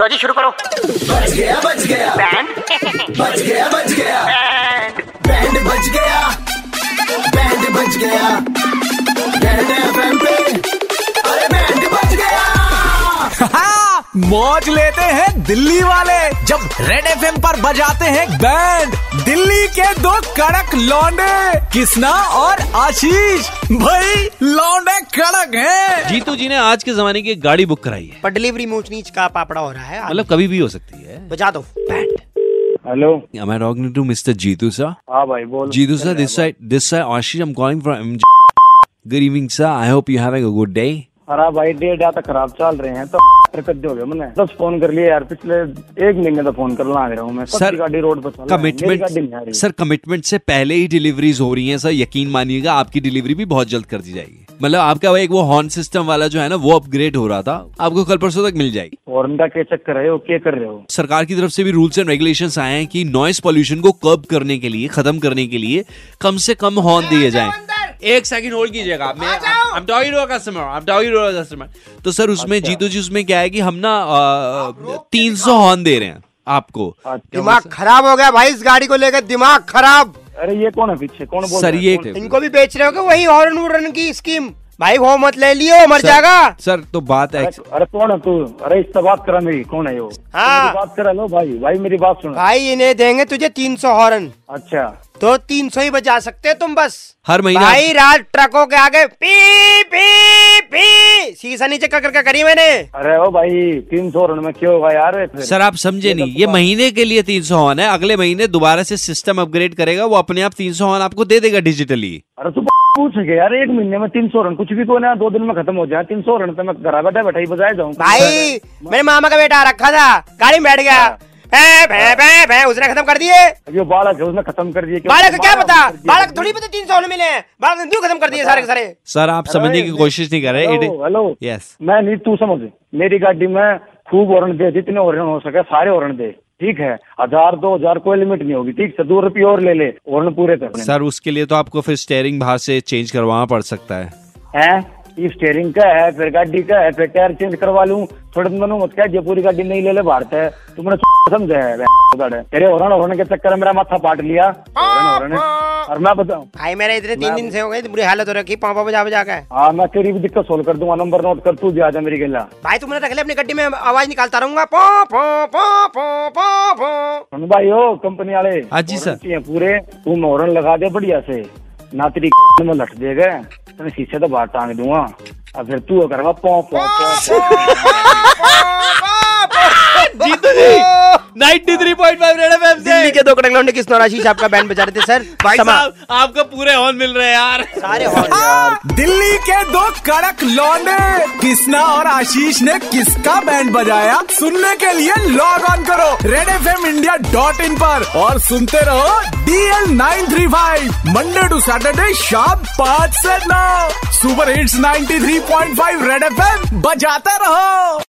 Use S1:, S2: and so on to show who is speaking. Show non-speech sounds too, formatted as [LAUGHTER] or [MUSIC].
S1: लो तो जी शुरू करो
S2: बच गया बच गया
S1: बैंड
S2: बच गया बच गया
S1: बैंड
S2: बैंड बच गया बैंड बच गया बैंड एफएम पे अरे बैंड बच गया
S3: हाँ, मौज लेते हैं दिल्ली वाले जब रेड एफ पर बजाते हैं बैंड दिल्ली के दो कड़क लौंडे किसना और आशीष भाई लौंडे कड़क हैं
S4: जीतू जी ने आज के जमाने की एक गाड़ी बुक कराई है
S5: पर डिलीवरी ऊंच नीच का पापड़ा हो रहा है
S4: मतलब कभी भी हो सकती है
S5: बजा दो
S6: hello
S4: Am I talking to Mr. Jitu sir?
S6: हाँ भाई बोल
S4: Jitu sir, this side, this side Ashish, I'm calling from MJ. Good evening sir, I hope you're having a good day.
S6: अरे भाई डेढ़ तो खराब चल रहे हैं तो हरकत दोगे मैंने बस फोन कर लिया यार पिछले एक महीने तो फोन कर ला रहा हूँ मैं
S4: सर
S6: सर गाड़ी रोड पर चल रहा है, मेरी गाड़ी नहीं आ
S4: कमिटमेंट
S6: रही।
S4: सर कमिटमेंट से पहले ही डिलीवरीज हो रही हैं सर यकीन मानिएगा आपकी डिलीवरी भी बहुत जल्द कर दी जाएगी मतलब आपका वो एक वो हॉर्न सिस्टम वाला जो है ना वो अपग्रेड हो रहा था आपको कल परसों तक मिल जाएगी
S6: और इनका क्या चक्कर है वो क्या कर रहे हो
S4: सरकार की तरफ से भी रूल्स एंड रेगुलेशंस आए हैं कि नॉइस पॉल्यूशन को कर्ब करने के लिए खत्म करने के लिए कम से कम हॉर्न दिए जाएं एक सेकंड होल्ड कीजिएगा आप मैं I am talking to customer I am talking to customer तो सर उसमें जीतू जी उसमें क्या है कि हम ना तीन सौ हॉर्न दे रहे हैं आपको
S5: दिमाग खराब हो गया भाई इस गाड़ी को लेकर दिमाग खराब
S6: अरे ये कौन है पीछे कौन बोल
S4: सर
S6: रहा है?
S4: ये
S6: कौन-
S5: इनको भी बेच रहे होगे वही हॉर्न वुरन की स्कीम भाई वो मत ले लियो मर जाएगा
S4: सर तो बात है
S6: अरे- अरे कौन है तू अरे इससे बात करा मेरी कौन है वो
S5: हाँ।
S6: मेरी बात करा लो भाई भाई मेरी बात सुन
S4: हाँ।
S5: भाई इन्हें देंगे तुझे तीन सौ हॉर्न
S6: अच्छा
S5: तो तीन सौ ही बजा सकते हो तुम बस
S6: हाँ,
S4: हर महीने
S5: भाई रात ट्रकों के आगे पी पी पी शीशा नीचे कर करके करी मैंने
S6: अरे ओ भाई तीन सौ रन में क्यों होगा यार ये फिर?
S4: सर आप समझे नहीं ये महीने के लिए तीन सौ हॉर्न है अगले महीने दोबारा से सिस्टम अपग्रेड करेगा वो अपने आप तीन सौ हॉर्न आपको दे देगा डिजिटली
S6: अरे तू पूछ गया यार एक महीने में तीन सौ रन कुछ भी कौन है दो दिन में खत्म हो जाए तीन सौ रन तो मैं घरा बैठा बैठा ही बजाए जाऊँ
S5: भाई मेरे मामा का बेटा रखा था गाड़ी में बैठ गया
S6: हाँ।
S5: भै, भै, भै, भै, उसने खत्म कर दिए
S6: जो बालक है उसने खत्म कर दिए क्यों?
S5: बालक को क्या
S6: बालक
S5: पता
S6: कर दिए।
S5: बालक थोड़ी पता तीन सौ मिले हैं बालक ने क्यों खत्म कर दिए सारे के सारे
S4: सर आप समझने की कोशिश नहीं कर रहे
S6: हेलो
S4: It-
S6: हेलो
S4: Yes.
S6: मैं नहीं तू समझ मेरी गाड़ी में खूब हॉर्न दे जितने हॉर्न हो सके सारे हॉर्न दे ठीक है हजार दो हजार कोई लिमिट नहीं होगी ठीक से दो रुपये और ले ले हॉर्न पूरे कर
S4: सर उसके लिए तो आपको फिर स्टेयरिंग बाहर से चेंज करवाना पड़ सकता है
S6: है ये स्टेयरिंग का है फिर गाड़ी का है फिर टायर चेंज करवा लूं थोड़े दिन मनु मत कह जो पूरी गाड़ी नहीं ले ले भारत है तुमने [LAUGHS] समझा है बे- तेरे हॉर्न हॉर्न के चक्कर में मेरा माथा पाट लिया हॉर्न हॉर्न और मैं बताऊं
S5: भाई मेरे इतने तीन दिन से हो गए तो बुरी हालत हो रखी पापा बजा बजा के
S6: हाँ मैं तेरी भी दिक्कत सोल्व कर दूंगा नंबर नोट कर तू भी आ जा मेरी गला
S5: भाई तुमने रख लिया अपनी गड्डी में आवाज निकालता रहूंगा पो पो पो पो पो पो
S6: सुन भाई ओ कंपनी वाले
S4: हाँ जी, सर।
S6: हॉर्न चाहिए पूरे तू हॉर्न लगा दे बढ़िया से ना तेरी [LAUGHS] में लट देगा तेरे शीशे तो बाहर टांग दूंगा और फिर तू हाँ, करेगा पौ पौ पौ
S4: जीतू जी 93.5 रेड एफएम
S5: दिल्ली के दो कड़क लौंडे किस नौराशी साहब का बैंड बजा रहे थे सर समा-
S4: आपको पूरे हॉर्न मिल रहे हैं यार
S5: सारे हॉर्न
S3: दिल्ली के दो कड़क लौंडे किसना और आशीष ने किसका बैंड बजाया सुनने के लिए लॉग ऑन करो red F M India dot in पर और सुनते रहो DL nine three five Monday to Saturday शाम पाँच से नौ super hits 93.5 red F M बजाते रहो